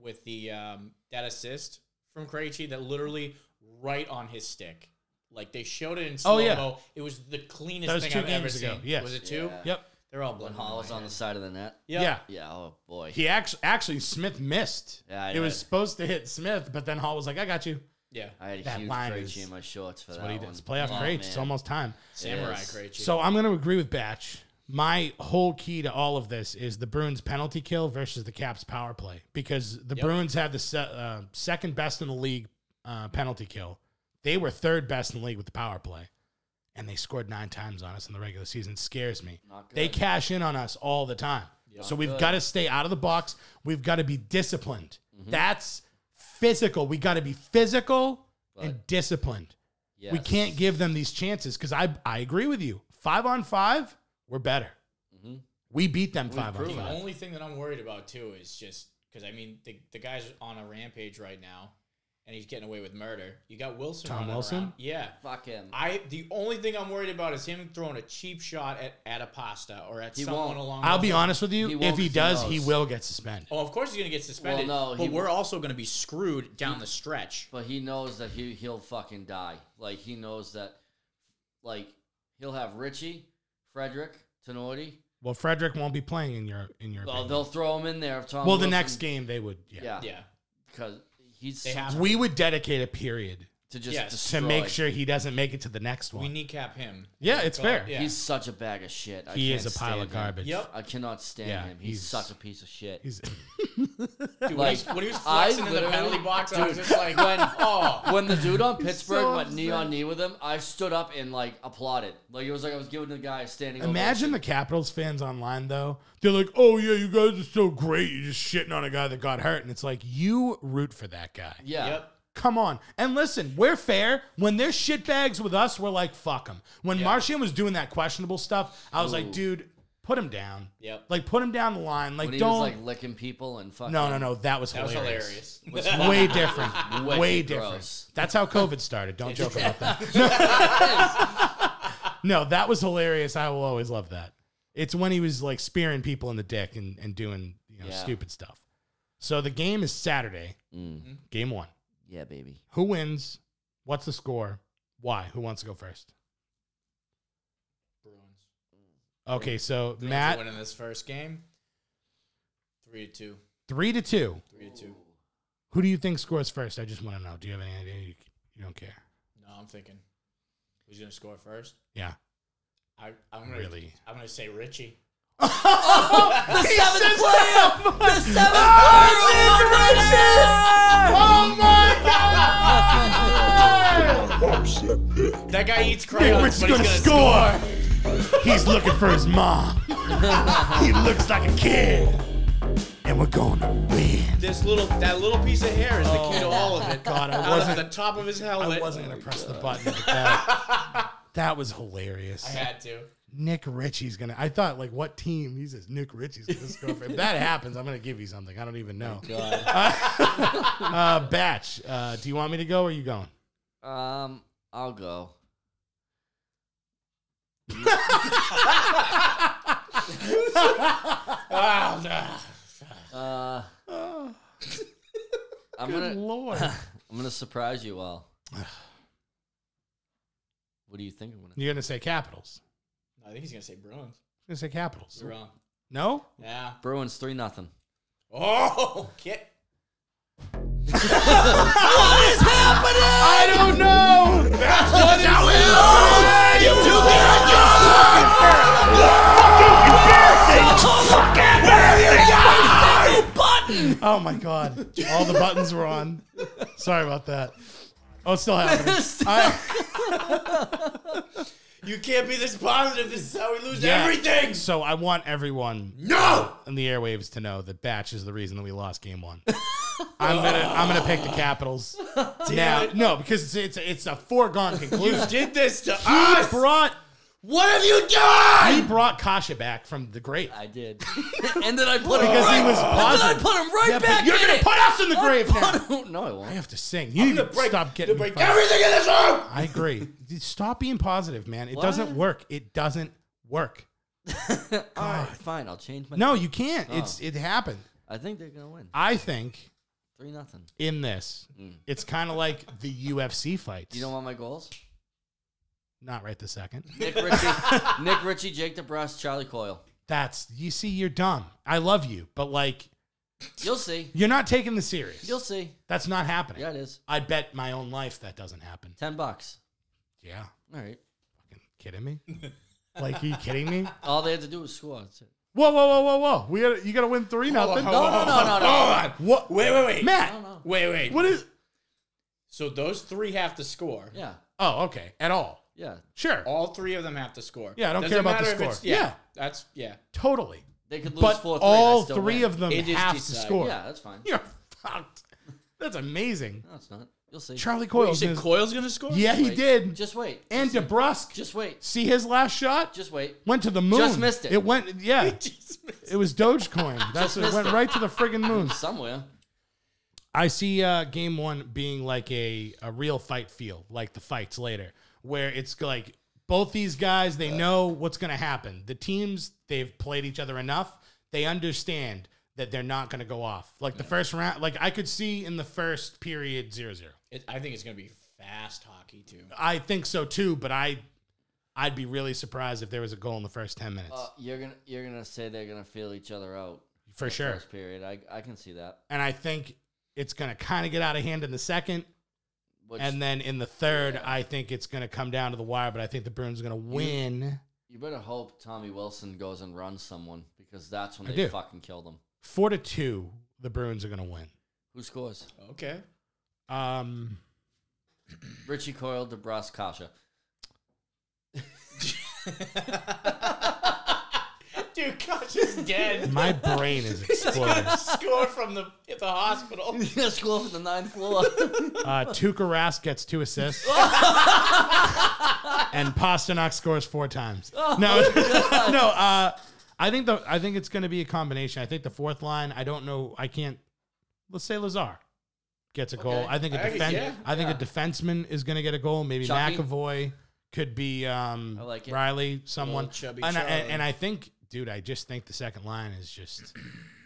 with the um, that assist from Krejci that literally right on his stick? Like they showed it in slow
Oh,
mo.
yeah.
It was the cleanest
That was
thing
two
I've ever
games ago,
seen.
yes.
Was it two?
Yeah.
Yep.
They're all
When
blown.
Hall was on the side of the net.
Yeah.
Yeah. Oh boy.
He actually actually Smith missed.
Yeah, I
it
know
was
it.
supposed to hit Smith, but then Hall was like, "I got you."
Yeah.
I had a
That
huge
line
Krejci
is-
in my shorts for
That's
that
what he did.
one.
It's playoff
Oh,
Krejci. It's
man.
almost time.
Samurai
Yes.
Krejci.
So I'm going to agree with Batch. My whole key to all of this is the Bruins penalty kill versus the Caps power play because the Bruins had the se- uh, second best in the league uh, penalty kill. They were third best in the league with the power play, and they scored nine times on us in the regular season. Scares me.
Not good.
They cash in on us all the time. so we've got to stay out of the box. We've got to be disciplined.
Mm-hmm.
That's physical. We got to be physical and disciplined. We
Yes.
can't give them these chances because I I agree with you. Five on five, we're better.
Mm-hmm.
We beat them five on
proved
five.
The only thing that I'm worried about too is just because I mean the, the guy's on a rampage right now, and he's getting away with murder. You got Wilson.
Tom
running
Wilson?
around. Yeah.
Fuck him.
I the only thing I'm worried about is him throwing a cheap shot at, at a pasta or at
He
someone
won't.
along.
I'll
those
be
lines.
honest with you.
He won't
if he
'cause he
does, he
knows.
will get suspended.
Oh, of course he's gonna get suspended.
Well, no,
but
he
we're
won't.
also gonna be screwed down the stretch.
But he knows that he he'll fucking die. Like he knows that, like he'll have Richie, Frederick, Tenorti.
Well, Frederick won't be playing in your in your.
Oh,
opinion.
they'll throw him in there. If Tom
well, the
Wilson-
next game they would. Yeah.
yeah,
Yeah,
because he's
they have.
We would dedicate a period
to just
Yes.
to
destroy.
make sure he doesn't make it to the next
we
one.
kneecap him.
yeah, it's fair.
Yeah.
he's such a bag of shit. I
He
can't
is a pile
stand
of
him.
garbage.
Yep.
I cannot stand
Yeah,
him. He's,
he's-
such a piece of shit. <laughs>
He's <laughs>
Dude, when, he,
Like,
when he was
I
flexing in the
literally-
penalty box, I was
Dude,
just like, when, <laughs> oh,
when the dude on Pittsburgh
so
went knee on knee with him, I stood up and like applauded. Like it was like I was giving the guy a standing.
Imagine
ovation.
the Capitals fans online though. They're like, "Oh yeah, you guys are so great. You're just shitting on a guy that got hurt." And it's like, "You root for that guy."
yeah.
yep.
Come on. And listen, we're fair. When they're shitbags with us, we're like, fuck them. When Martian was doing that questionable stuff, I was like, dude, put him down.
Yep.
Like, put him down the line. Like,
When he
don't.
was like licking people and fucking.
no, no,
<laughs>
no. That was
That was
hilarious.
hilarious.
<laughs> Way different.
Wicked
Way different.
gross.
That's how COVID started. Don't joke about
<laughs>
that. No, that was hilarious. I will always love that. It's when he was like spearing people in the dick and, and doing you know,
Yeah.
stupid stuff. So the game is Saturday,
Mm.
game one.
Yeah, baby.
Who wins? What's the score? Why? Who wants to go first?
Bruins.
Okay, so
Bruins are
Matt,
winning this first game. Three to two.
three to two.
Three to two.
Who do you think scores first? I just want to know. Do you have any idea? You, you don't care.
No, I'm thinking who's gonna score first.
Yeah.
I, I'm gonna
Really?
I'm gonna say Richie.
<laughs> The seventh player! The seventh
Oh
player!
That guy eats
Big
crayons,
Rich's
but he's
gonna,
gonna
score. he's looking for his mom. <laughs> he looks like a kid, and we're going to win.
This little that little piece of hair is the key to all of it.
God, Oh. <laughs> I
Out of the
wasn't.
top of his helmet.
<laughs> I wasn't gonna press the button. But that, that was hilarious.
I had to.
Nick Ritchie's gonna. I thought like, what team? He says Nick Ritchie's gonna score. For. If that happens, I'm gonna give you something. I don't even know. <laughs> uh, Batch, uh, do you want me to go? or Are you going?
Um, I'll go.
Ah,
Uh, I'm
Good
gonna
lord.
I'm gonna surprise you
<sighs>
all. what do you think? I'm gonna
<laughs> You're gonna say Capitals.
I think he's gonna say Bruins.
You're gonna say Capitals.
You're wrong.
No.
Yeah.
Bruins three nothing.
Oh, get.
I don't know. <laughs> Oh my god! <laughs> All the buttons were on. Sorry about that. Oh, it's still happening. I-
You can't be this positive. This is how we
<laughs>
lose
Yeah.
everything.
So I want everyone
No.
on the airwaves to know that Batch is the reason that we lost Game One. <laughs> I'm gonna I'm gonna pick the <laughs> Capitals now.
it.
No, because it's it's a, it's a foregone conclusion.
Did this to
He
us.
brought
What have you done?
he brought Kasha back from the grave
I did, and then I put him
because
right,
he was
and then I
positive.
put him right
Yeah, but
back.
you're
in
gonna
it.
put us in the grave now.
Put him- <laughs> no, I
I <laughs>
won't.
have to sing. You need to stop getting.
break
fucked.
everything in this room.
I agree. Dude, Stop being positive, man. It
What?
doesn't work. It doesn't work.
All right, fine. I'll change my.
No, you can't. It's
Oh.
it happened.
I think they're gonna win
I think
three nothing.
in this, it's kind of like the UFC fights.
Mm. You don't want my goals?
Not right the second.
Nick Ritchie, Nick Ritchie, Jake DeBrus, Charlie Coyle.
That's you see, you're dumb. I love you, but like
You'll see.
you're not taking this serious.
You'll see.
That's not happening.
Yeah, it is.
I bet my own life that doesn't happen.
Ten bucks.
Yeah,
All right.
fucking kidding
<laughs>
me? like, are you kidding me?
All they had to do was score. That's it.
Whoa, whoa, whoa, whoa, whoa! We gotta, you gotta win three
Oh,
nothing.
No, no, no, no, no.
Hold on.
What?
Wait, wait, wait.
Matt,
No, no.
oh, Wait, wait.
what is?
So those three have to score.
Yeah,
Oh, okay. At all?
yeah.
Sure.
All three of them have to score.
Yeah, I don't
Doesn't
care about the
matter if it's-
score. Yeah.
That's yeah.
Totally.
They could lose
But
four. Three,
all three of them
It is
have to
decided.
score.
Yeah, that's fine.
You're fucked. That's
<laughs>
amazing.
No, it's not. You'll see.
Charlie
Wait,
Coyle.
you said Coyle's gonna score?
yeah, he
<laughs>
Wait.
did.
Just wait.
and DeBrusque.
Just wait.
see his last shot?
Just wait.
went to the moon.
Just missed it.
It went.
<laughs>
Yeah,
Jeez, man.
it was Dogecoin. That's
Just
it.
missed
Went
it.
right to the friggin' moon.
Somewhere.
I see uh, game one being like a a real fight feel, like the fights later, where it's like both these guys they know what's gonna happen. The teams they've played each other enough. They understand that they're not gonna go off. Like the first round, like I could see in the first period zero zero.
It- I think it's gonna be fast hockey too.
I think so too, but I I'd be really surprised if there was a goal in the first ten minutes
Uh, you're gonna you're gonna say they're gonna feel each other out
for sure.
first period. I I can see that.
And I think it's gonna kind of get out of hand in the second.
Which
And then in the third, I think it's going to come down to the wire, but I think the Bruins are going to win
you better hope Tommy Wilson goes and runs someone because that's when
I
they
do.
fucking kill them.
four to two. The Bruins are going to win.
Who scores?
Okay.
Um,
Richie Coyle, DeBrus,
<laughs>
Kasha.
Dude, Koch is dead.
my brain is exploding.
score from the at the hospital.
Let's go up to the ninth
<laughs>
floor.
Uh, Tuukka Rask gets two assists, and Pasternak scores four times. no,
Oh,
<laughs> no. Uh, I think the I think it's going to be a combination. I think the fourth line. I don't know. I can't. Let's say Lazar gets a goal.
Okay.
I think a
I-
defen-
yeah,
I think a defenseman is going to get a goal. Maybe
Chucky.
McAvoy could be um,
I like it.
Riley, someone.
Little chubby
And I,
Charlie.
and, and I think, dude, I just think the second line is just.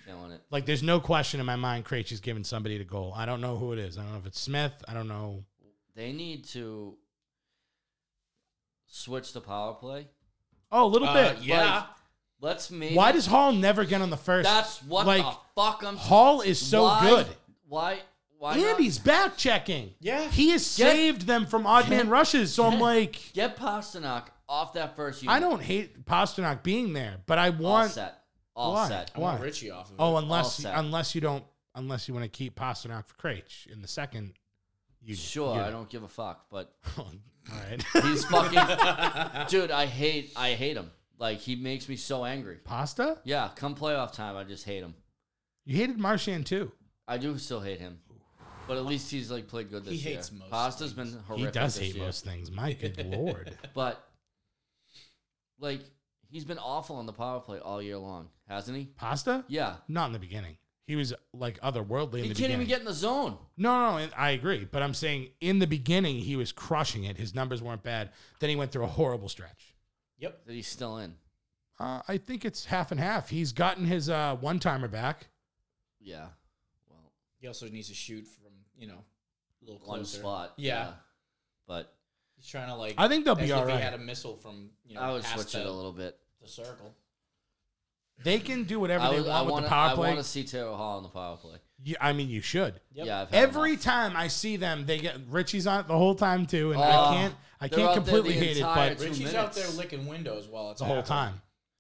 Killing it.
Like, there's no question in my mind Krejci's giving somebody the goal. I don't know who it is. I don't know if it's Smith. I don't know.
They need to switch the power play.
Oh, a little
Uh,
bit.
yeah.
Let's make
Why does Hall never get on the first?
that's what
like
the fuck I'm
Hall is so
why,
good.
Why? Why?
And
not?
he's back checking.
Yeah.
he has
Get-
saved them from odd man rushes. So I'm like,
Get Pasternak off that first unit.
I don't hate Pasternak being there, but I
All
want.
set. All
Why?
set.
I want
Why?
Richie off of it.
Oh, unless
All set.
unless you don't unless you want to keep Pasternak for Krejci in the second. You
Sure, I don't give a fuck, but
<laughs> All right,
he's fucking dude. I hate. I hate him. Like he makes me so angry.
Pasta.
Yeah, come playoff time, I just hate him.
You hated Marchand too.
I do still hate him, but at least he's like played good this
He
year.
hates most
Pasta's been horrific.
he does
<laughs> this
hate
year.
most things. My good lord.
But like he's been awful on the power play all year long, hasn't he?
Pasta?
Yeah.
Not in the beginning. He was like otherworldly in the
He can't
beginning.
even get in the zone.
No, no, and I agree. But I'm saying in the beginning, he was crushing it. His numbers weren't bad. Then he went through a horrible stretch.
Yep.
That he's still in.
Uh, I think it's half and half. He's gotten his uh, one timer back.
Yeah. Well,
He also needs to shoot from you know a little closer.
one spot.
Yeah.
But
He's trying to like.
I think they'll be
as
all
if
right.
He had a missile from you know
I would
past
switch
the,
it a little bit.
the circle.
They can do whatever
I,
they
would,
want
I
with
want
the
to.
power
I
play.
want to see Taylor Hall on the power play.
You- I mean, you should.
Yep.
Yeah. I've had
Every
enough.
time I see them, they get Richie's on it the whole time too, and I
Oh,
can't. I
they're
can't
out there
completely
the
hate it,
entire
but
two
Richie's out there
minutes.
licking windows while it's
the whole
happening.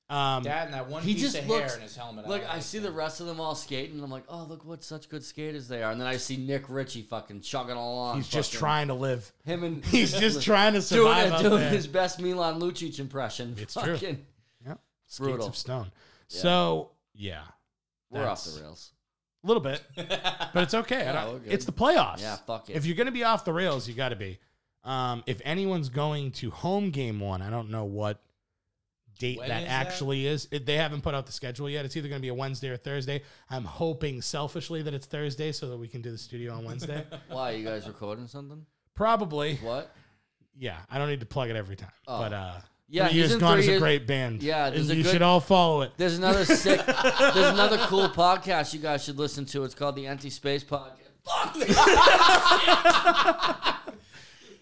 time. Um,
That and that one
He
piece
just
of
looks.
hair in his helmet.
look,
don't
I see the
<laughs> understand.
rest of them all skating, and I'm like, oh, look what such good skaters they are. And then I see Nick Ritchie fucking chugging along.
he's just
fucking-
trying to live. <laughs>
Him <laughs> and
He's just trying to
doing,
survive out
doing
there.
his best Milan Lucic impression.
It's true.
fucking,
Yeah, skates
Brutal.
of stone. So yeah,
We're off
That's-
the rails.
a little bit, but it's okay. I
<laughs> Yeah,
don't-
we're good.
it's the playoffs.
Yeah, fuck it.
If you're gonna be off the rails, you got to be. Um, if anyone's going to home game one, I don't know what date
When
that
is that?
actually is. It- they haven't put out the schedule yet. It's either gonna be a Wednesday or Thursday. I'm hoping selfishly that it's Thursday so that we can do the studio on Wednesday.
<laughs> Why you guys recording something?
Probably.
What?
Yeah, I don't need to plug it every time.
Oh.
But uh,
Yeah,
Three
he's
years
in
gone
three
is a
years-
great band.
Yeah,
and
there's a
you
good-
should all follow it.
There's another <laughs> sick. there's another cool podcast you guys should listen to. It's called the Empty Space Podcast.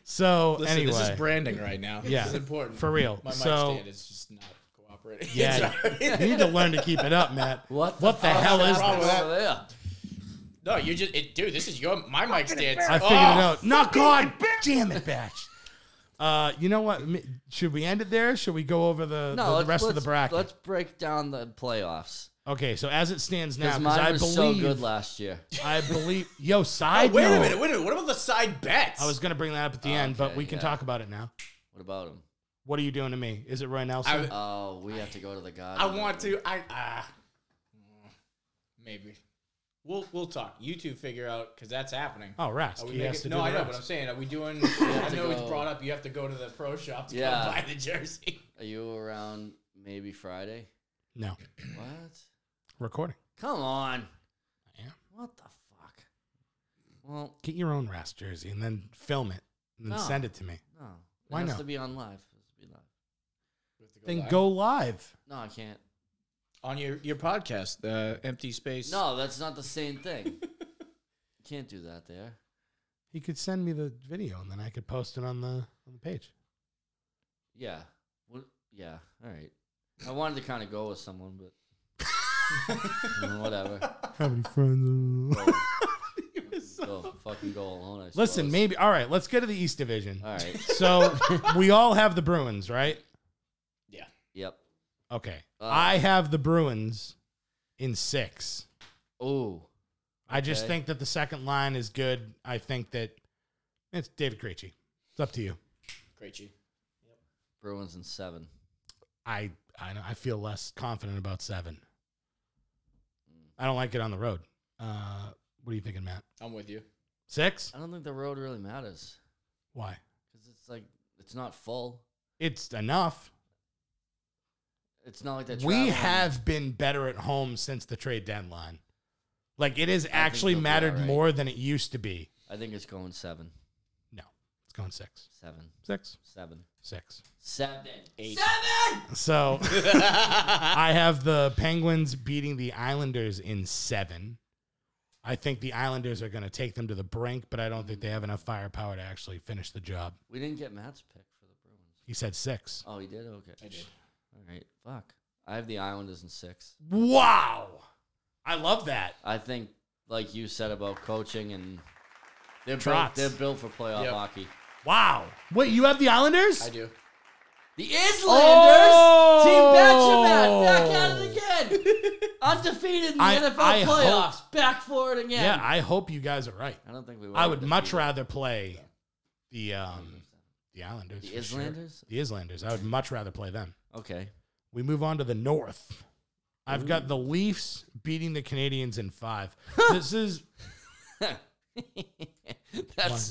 So
Listen,
anyway,
this is branding right now.
Yeah.
this is important
For real.
My
So-
mic stand is just not cooperating. <laughs>
yeah, you need to learn to keep it up, Matt.
<laughs> What?
What the hell is
wrong
this?
with
over there?
no, you just it, dude. This is your my mic Oh, stand.
I figured it out. Not God, damn it, Batch. Uh, you know what? M- Should we end it there? Should we go over the, the- the,
let's-
rest of the
let's-
bracket?
Let's break down the playoffs.
Okay, so as it stands now,
Because
because
mine
I
was
believe,
so good last year.
I believe,
<laughs>
yo, side
Oh, Wait a
note.
minute. Wait a minute. What about the side bets?
I was gonna bring that up at the end, but
Okay,
we can
yeah.
talk about it now.
What about him?
What are you doing to me? Is it Roy Nelson?
Oh, we have to go to the God.
I want to. I ah. maybe. We'll we'll talk. You two figure out because that's happening.
oh, Rask.
Are we
He has
making,
to
no,
do
I
the
know, but
rest.
I'm saying, are we doing?
have
I
to
know it's
go-
brought up. You have to go to the pro shop to
Yeah.
come buy the jersey.
Are you around maybe Friday?
No,
What?
recording.
Come on.
I am.
What the fuck? Well,
Get your own Rask jersey and then film it and then
No.
send it to me.
no.
Why
it has
not?
to be on live. It has to be live.
then go live.
No, I can't.
<laughs> on your your podcast, the empty space.
No, that's not the same
<laughs>
thing. can't do that there.
He could send me the video and then I could post it on the on the page.
Yeah. What? Yeah. All right. I wanted to kind of go with someone,
<laughs>
but Mm, whatever.
Have any friends?
Go, fucking go alone. I
Listen,
suppose.
maybe. All right, let's go to the East Division.
All right.
So we all have the Bruins, right?
Yeah.
Yep.
Okay.
Uh,
I have the Bruins in six.
Oh,
I just
okay.
think that the second line is good. I think that it's David Krejci. It's up to you.
Great, you.
Bruins in seven.
I I, know- I feel less confident about seven. I don't like it on the road. Uh, what are you thinking, Matt?
I'm with you.
Six?
I don't think the road really matters
Why?
because it's like it's not full.
It's enough.
It's not like they're
we
traveling.
have been better at home since the trade deadline. Like it has
think
actually
they'll be
mattered
alright.
more than it used to be.
I think it's going seven,
No, it's going six,
seven,
six,
seven,
six.
seven,
Eight.
seven.
So I have the Penguins beating the Islanders in seven. I think the Islanders are going to take them to the brink, but I don't think they have enough firepower to actually finish the job.
We didn't get Matt's pick for the Bruins.
He said six.
Oh, he did. Okay,
I did.
All right. Fuck. I have the Islanders in six.
Wow. I love that.
I think, like you said about coaching and they're
Trotz.
built, they're built for playoff
Yep.
hockey.
Wow. Wait, you have the Islanders?
I do.
The Islanders,
Oh!
Team Benjamin, back at it <laughs> again, undefeated in the
I-
NFL
I hope-
playoffs, back for it again.
Yeah, I hope you guys are right.
I don't think we.
I would much
defeated
rather play the um the Islanders.
the
for sure.
Islanders.
The Islanders. I would much rather play them.
Okay, <laughs>
We move on to the North. I've got the
<laughs>
Leafs beating the Canadians in five. this is Why
That's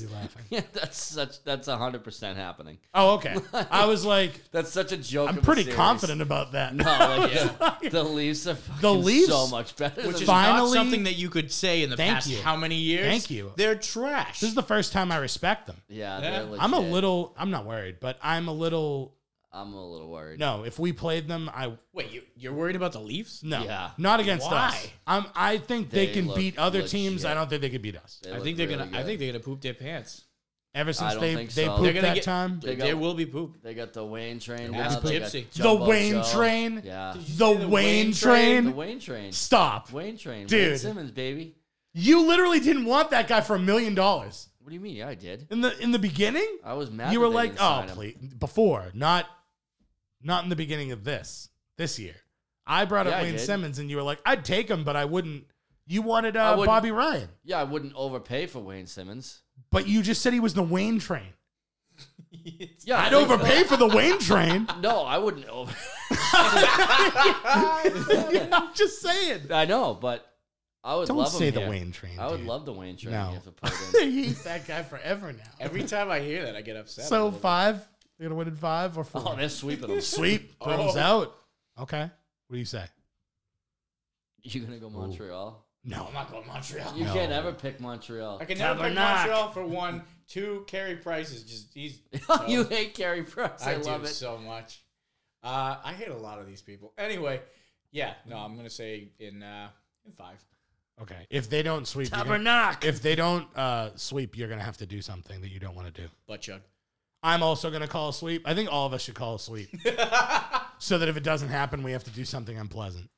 is he laughing?
<laughs> yeah, that's such that's hundred percent happening.
Oh, okay. I was like,
That's such a joke.
I'm
of a
pretty
series. <laughs>
confident about that.
No, like,
like-
the Leafs are fucking
Leafs-
so much better.
Which
than
is not
Finally-
something that you could say in the
Thank
past
you.
how many years?
Thank you.
They're trash.
This is the first time I respect them.
yeah,
Yeah.
they're
I'm a
legit.
little. I'm not worried, but I'm a little.
I'm a little worried.
No, if we played them, I
Wait, you, you're worried about the Leafs?
no,
Yeah.
not against
Why?
us. I'm. I think they,
They
can
look
beat other teams.
legit.
I don't think they could beat us.
They
I
look
think they're
really
gonna. I
good.
think they're gonna poop their pants.
Ever since
don't
they
think
they
so.
pooped
They're
that
gonna get-
time,
They
there
got-
will be poop.
they got the Wayne train.
That's
now, they got
Gypsy.
the
Jumbo
Wayne
Joe.
train,
Yeah,
the
the
Wayne,
Wayne
train.
the Wayne train.
Stop!
Wayne train. Wayne
Dude.
Simmons, baby.
You literally didn't want that guy for a million dollars
What do you mean? Yeah, I did.
in the in the beginning.
I was mad.
you
that
were
they
like,
didn't
oh,
sign him.
please, before, not not in the beginning of this this year. I brought
Yeah, I
up Wayne
did.
Simmons, and you were like, I'd take him, but I wouldn't. You wanted
I
uh,
wouldn't.
Bobby Ryan,
Yeah, I wouldn't overpay for Wayne Simmons.
but you just said he was the Wayne train.
Yeah,
<laughs>
I'd
I think-
overpay for the
<laughs>
Wayne train. <laughs>
No, I wouldn't over.
I'm just saying.
I know, but I would
Don't
love
say
him
the
here.
Wayne train.
I would
dude.
love the Wayne train.
No.
You have to put it in.
<laughs> He's that guy forever now.
Every time I hear that, I get upset. a
So
little bit.
five, they're gonna win in five or four.
oh, they're sweeping them. <laughs>
Sweep
Oh.
comes out. Okay, what do you say?
You gonna go Montreal?
No,
I'm not going Montreal.
You
No.
can't ever pick Montreal.
I can never pick
Tabernacle.
Montreal for one. Two, Carey Price is just
<laughs>
he's.
<laughs> you hate Carey Price. I,
I, do
love it.
so much. Uh, I hate a lot of these people. Anyway, yeah, no, I'm gonna say in uh, in five.
Okay. If they don't sweep, you're gonna- if they don't uh, sweep, you're gonna have to do something that you don't want to do.
Butt chug.
I'm also gonna call a sweep. I think all of us should call a
<laughs>
sweep, so that if it doesn't happen, we have to do something unpleasant.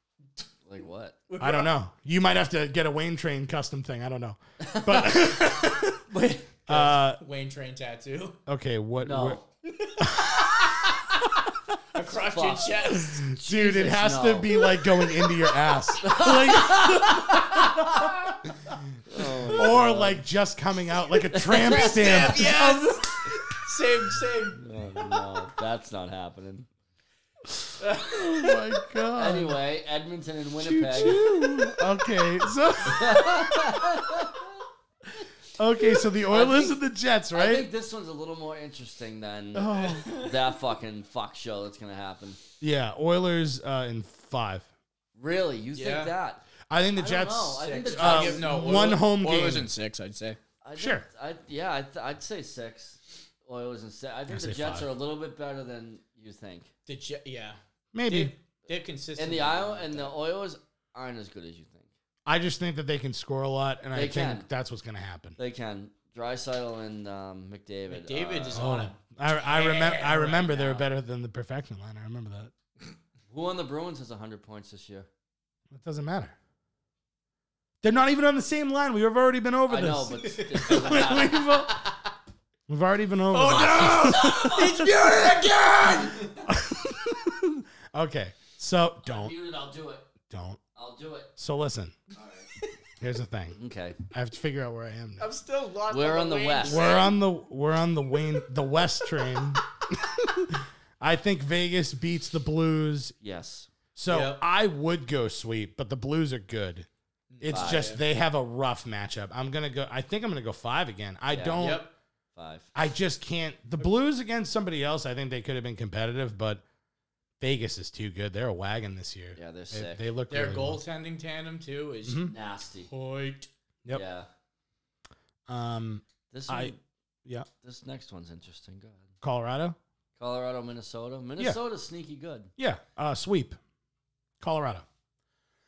Like
<laughs>
what?
I don't know. You might have to get a Wayne Train custom thing. I don't know. But uh,
Wayne Train tattoo <laughs>
okay, what?
No.
across your
<laughs>
Fuck.
chest.
where- dude, it
Jesus,
has
no.
to be like going into your
<laughs>
ass, like,
Oh,
or like just coming out like a tramp stamp.
yes.
<laughs>
same, same.
Oh, no, that's not happening.
Oh my god. <laughs>
Anyway, Edmonton and Winnipeg.
okay, so <laughs> okay, so the Oilers and the Jets,
I
right?
think this one's a little more interesting than
Oh.
that fucking fuck show that's gonna happen.
Yeah, Oilers uh, in five.
Really? You
Yeah.
think that?
I think the
I don't
Jets.
know. I think the
uh,
Jets.
one home game.
Oilers in six, I'd say.
I think-
Sure.
I, yeah, I th- I'd say six. Oilers and six. I think the
say
Jets
five.
are a little bit better than you think.
The Je- yeah,
Maybe
They've- they're consistent.
And the Iowa and the Oilers aren't as good as you think.
I just think that they can score a lot, and I
They
think
can.
that's what's going to happen.
They can. Drysaitel and um, McDavid.
David
are-
is
Oh,
on it.
I, I remember. I
right
remember they were
now.
better than the perfection line. I remember that.
Who on the Bruins has 100 points this year?
It doesn't matter. They're not even on the same line. We've already been over
I
this.
know, but it doesn't matter.
<laughs> we've, al- we've already been over. this. <laughs> Okay, so don't
Muted, I'll do it.
don't.
I'll do it.
So listen, here's the thing.
Okay.
I have to figure out where I am. Now.
I'm still lost.
We're on the
Wayne
West.
We're on the we're on the Wayne the West train. <laughs> I think Vegas beats the Blues,
Yes.
so
Yep.
I would go sweep, but the Blues are good. It's just they have a rough matchup. I'm gonna go. I think I'm gonna go five again. I don't.
Yep.
Five.
I just can't. The Blues against somebody else. I think they could have been competitive, but Vegas is too good. They're a wagon this year.
Yeah, they're
they,
sick.
they look
Their
really well.
goaltending tandem too is
Mhm.
Nasty.
point.
Yep.
Yeah.
Um.
This one,
I. Yeah.
this next one's interesting. Go ahead.
Colorado.
Colorado, Minnesota. Minnesota's sneaky good.
Yeah, uh, sweep. Colorado. <clears throat>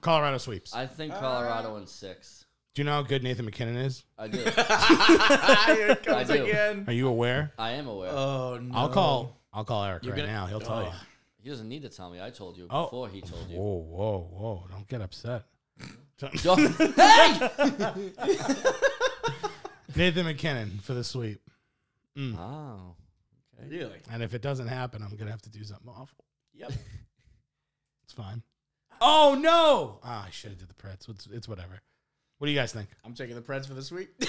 Colorado sweeps.
I think Colorado in six.
do you know how good Nathan McKinnon is? <laughs>
I do.
Here it comes
do.
again.
Are you aware?
I am aware.
Uh,
Oh no!
I'll call. I'll call Eric
You're
right
gonna- Oh,
now. He'll tell you.
he doesn't need to tell me. I told you
Oh.
before he told
<laughs>
you.
Whoa, whoa, whoa! Don't get upset.
Don't- hey!
<laughs> Nathan McKinnon for the sweep.
Oh.
Really?
And if it doesn't happen, I'm gonna have to do something awful.
Yep.
<laughs> It's fine. Oh no! Ah, I should have did the Preds. It's, it's whatever. What do you guys think?
I'm taking the Preds for this week. <laughs>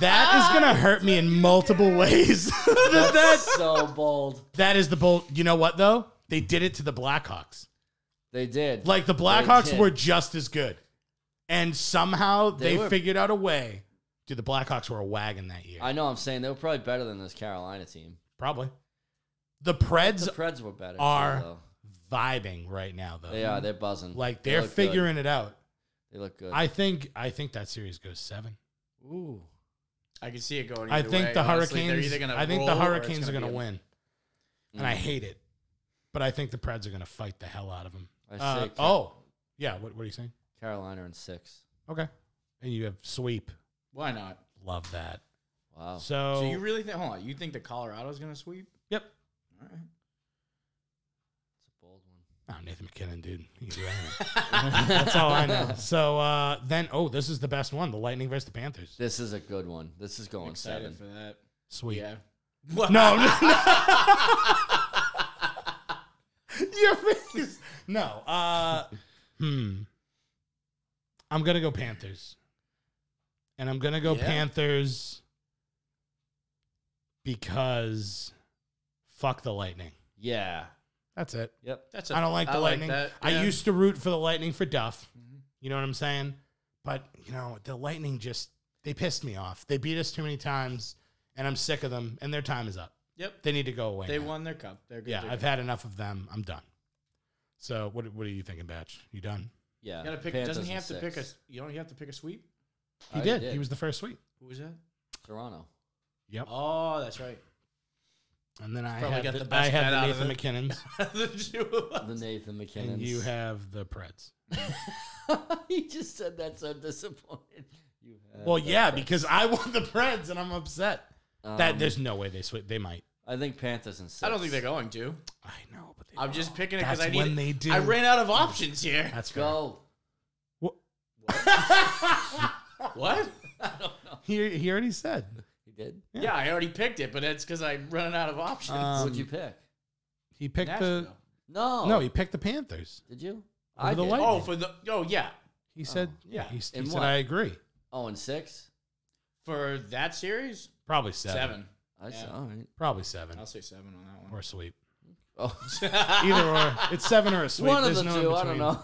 That is gonna hurt me in multiple ways. <laughs> that, that,
So bold.
that is the bolt. You know what though? They did it to the Blackhawks.
They did.
Like the Blackhawks
did.
were just as good. And somehow they,
They were-
figured out a way. Dude, the Blackhawks were a wagon that year.
I know I'm saying they were probably better than this Carolina team.
Probably. The Preds
The Preds were better. too,
are-
though.
vibing right now though.
They are. They're buzzing.
Like
They
they're
look good.
figuring it out.
They look good.
I think I think that series goes seven.
Ooh.
I can see it going. Either
I think
way,
the
honestly. They're
Hurricanes.
either gonna
I think the
roll or it's
Hurricanes are
gonna
going to
be a- Mm.
win, and I hate it, but I think the Preds are going to fight the hell out of them.
I
Uh,
say Ca-
oh, yeah. What, what are you saying?
Carolina in six.
Okay, and you have sweep.
Why not?
Love that.
Wow.
So,
Oh. So you really think? Hold on. You think the Colorado's going to sweep?
yep.
All right.
It's a bold one.
Oh, Nathan McKinnon, dude. He can do anything. <laughs> That's all I know. So uh, then, oh, this is the best one: the Lightning versus the Panthers.
This is a good one. This is
I'm
going seven.
excited for that.
Sweet.
Yeah.
No. <laughs> Your face. No. Uh, <laughs> hmm. I'm gonna go Panthers, and I'm gonna go
Yeah.
Panthers because fuck the Lightning.
Yeah.
That's it.
Yep.
That's. I
I I don't like the Lightning.
that,
I
yeah.
used to root for the Lightning for Duff. You know what I'm saying? But you know, the Lightning just they pissed me off. They beat us too many times, and I'm sick of them. And their time is up.
Yep.
They need to go away.
They
now.
won their cup. They're good.
Yeah,
They're
I've
good.
had enough of them. I'm done. So what what are you thinking, Batch? You done?
Yeah.
You gotta pick.
Panthers
doesn't he
in
have to pick a?
six.
You don't. You have to pick a sweep.
He
I
did. He was the first sweep.
Who was that?
Toronto.
Yep.
Oh,
<laughs>
that's right. <laughs>
And then I
Probably
had
got
the,
the
I
best
had
bet
the
out of
Nathan McKinnons
<laughs> the two of us.
The Nathan McKinnon.
and
<laughs>
you have the
<laughs>
Preds.
he just said that so disappointed. You have
Well,
the
yeah,
Preds.
because I want the Preds and I'm upset. that
Um,
there's no way they sweep. They might.
I think Panthers in six.
I don't think they're going to.
I know, but they
I'm just picking it because
That's
I need.
when they do.
I ran out of options here.
<laughs> that's fair.
go.
What?
He he already said.
He did.
Yeah. I already picked it, but that's because I ran out of options.
Um,
What'd you pick?
he picked
Nashville.
No.
the no. He picked the Panthers.
did you?
Over
I
the
did.
light.
oh, for the oh yeah,
He said yeah.
yeah.
He, he
And
said
what?
I agree.
Oh, and six.
for that series
Probably seven.
seven.
I said
Yeah.
all right.
Probably 7
I'll say seven on that one.
or
<laughs>
sweep.
Oh,
Either or. It's seven or a sweep.
one of
There's
the
no
two.
in
I
between.
don't know.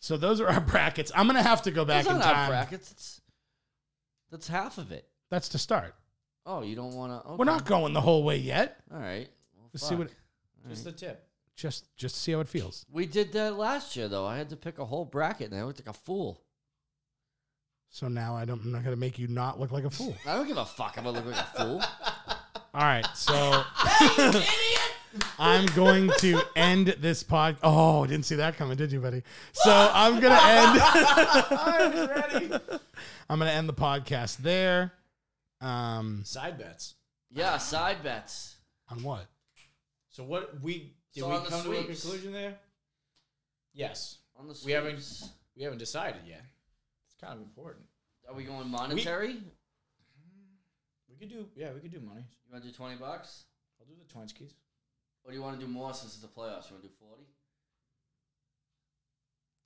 So those are our brackets. I'm gonna have to go back
It's
in
not our
time.
brackets. It's that's half of it.
That's to start.
Oh, you don't want to. Okay.
We're not going the whole way yet.
All right. Well,
Let's see what
fuck.
Just the tip.
just just see how it feels.
we did that last year though. I had to pick a whole bracket and I looked like a fool.
So now I don't, I'm not gonna make you not look like a fool.
I don't give a fuck if I look like
<laughs>
a fool.
<laughs> All right, so I'm going to end this pod. Oh, didn't see that coming, did you, buddy? So I'm gonna
<laughs>
end.
I'm ready.
I'm gonna end the podcast there. Um,
Side bets.
Yeah, side bets.
on what?
So what we did
So
we
on the
come to a
sweeps.
conclusion there? Yes.
On the
We haven't-
sweeps.
We haven't decided yet. It's kind of important.
Are we going monetary? You
We could do yeah, we could do money.
want to do twenty bucks,
I'll do the Twinskies.
or do you want to do more since it's the playoffs? You want to do forty?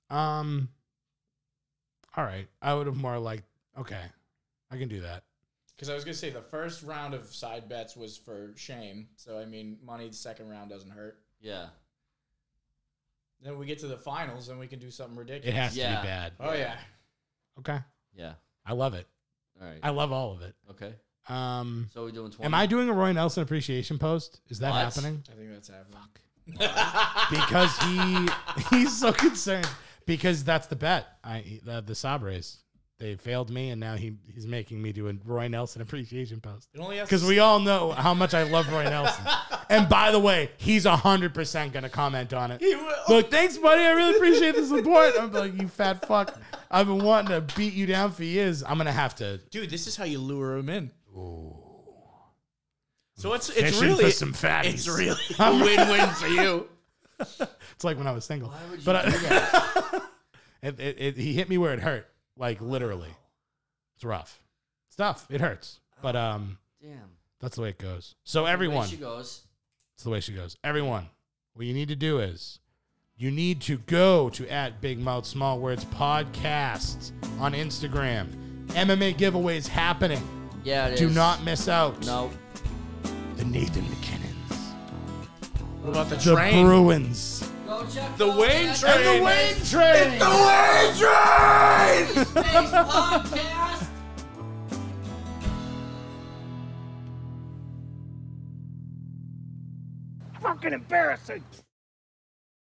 Um, all right. I would have more like okay, I can do that.
Because I was gonna say the first round of side bets was for shame. So I mean money the second round doesn't hurt.
Yeah.
Then we get to the finals and we can do something ridiculous.
It has to
Yeah.
be bad.
Oh yeah.
Okay,
Yeah.
I love it.
All right.
I love all of it.
okay.
Um,
So we're doing twenty.
am I doing a Roy Nelson appreciation post? Is that
What? <laughs>
happening?
I think that's happening.
Because he <laughs> he's so concerned because that's the bet. I the, the Sabres they failed me, and now he he's making me do a Roy Nelson <laughs> appreciation post
It only has
because <laughs> we all know how much I love Roy
<laughs>
Nelson. And by the way, he's hundred percent gonna comment on it.
He will.
Look, thanks, buddy. I really appreciate the support. I'm like, you fat fuck. I've been wanting to beat you down for years. I'm gonna have to
Dude, this is how you lure him in. So it's it's
fishing
really
for some fatties. <laughs>
it's really a win-win for you.
It's like when I was single.
Why would you
but
do
I, <laughs>
that?
it, it, it, he hit me where it hurt, like literally. It's rough. It's tough. It hurts. But um,
Damn.
that's the way it goes. So
Away
everyone,
she goes.
it's the way she goes. Everyone, what you need to do is you need to go to at Big Mouth Small Words Podcast on Instagram. MMA giveaways happening.
Yeah. It
Do
is.
not miss out.
No.
The Nathan McKinnons.
What about the
The
train?
Bruins.
Go Chuck.
The
Noll,
Wayne
Chuck
Train.
Noll,
The
Wayne Train.
Space Podcast.
fucking embarrassing.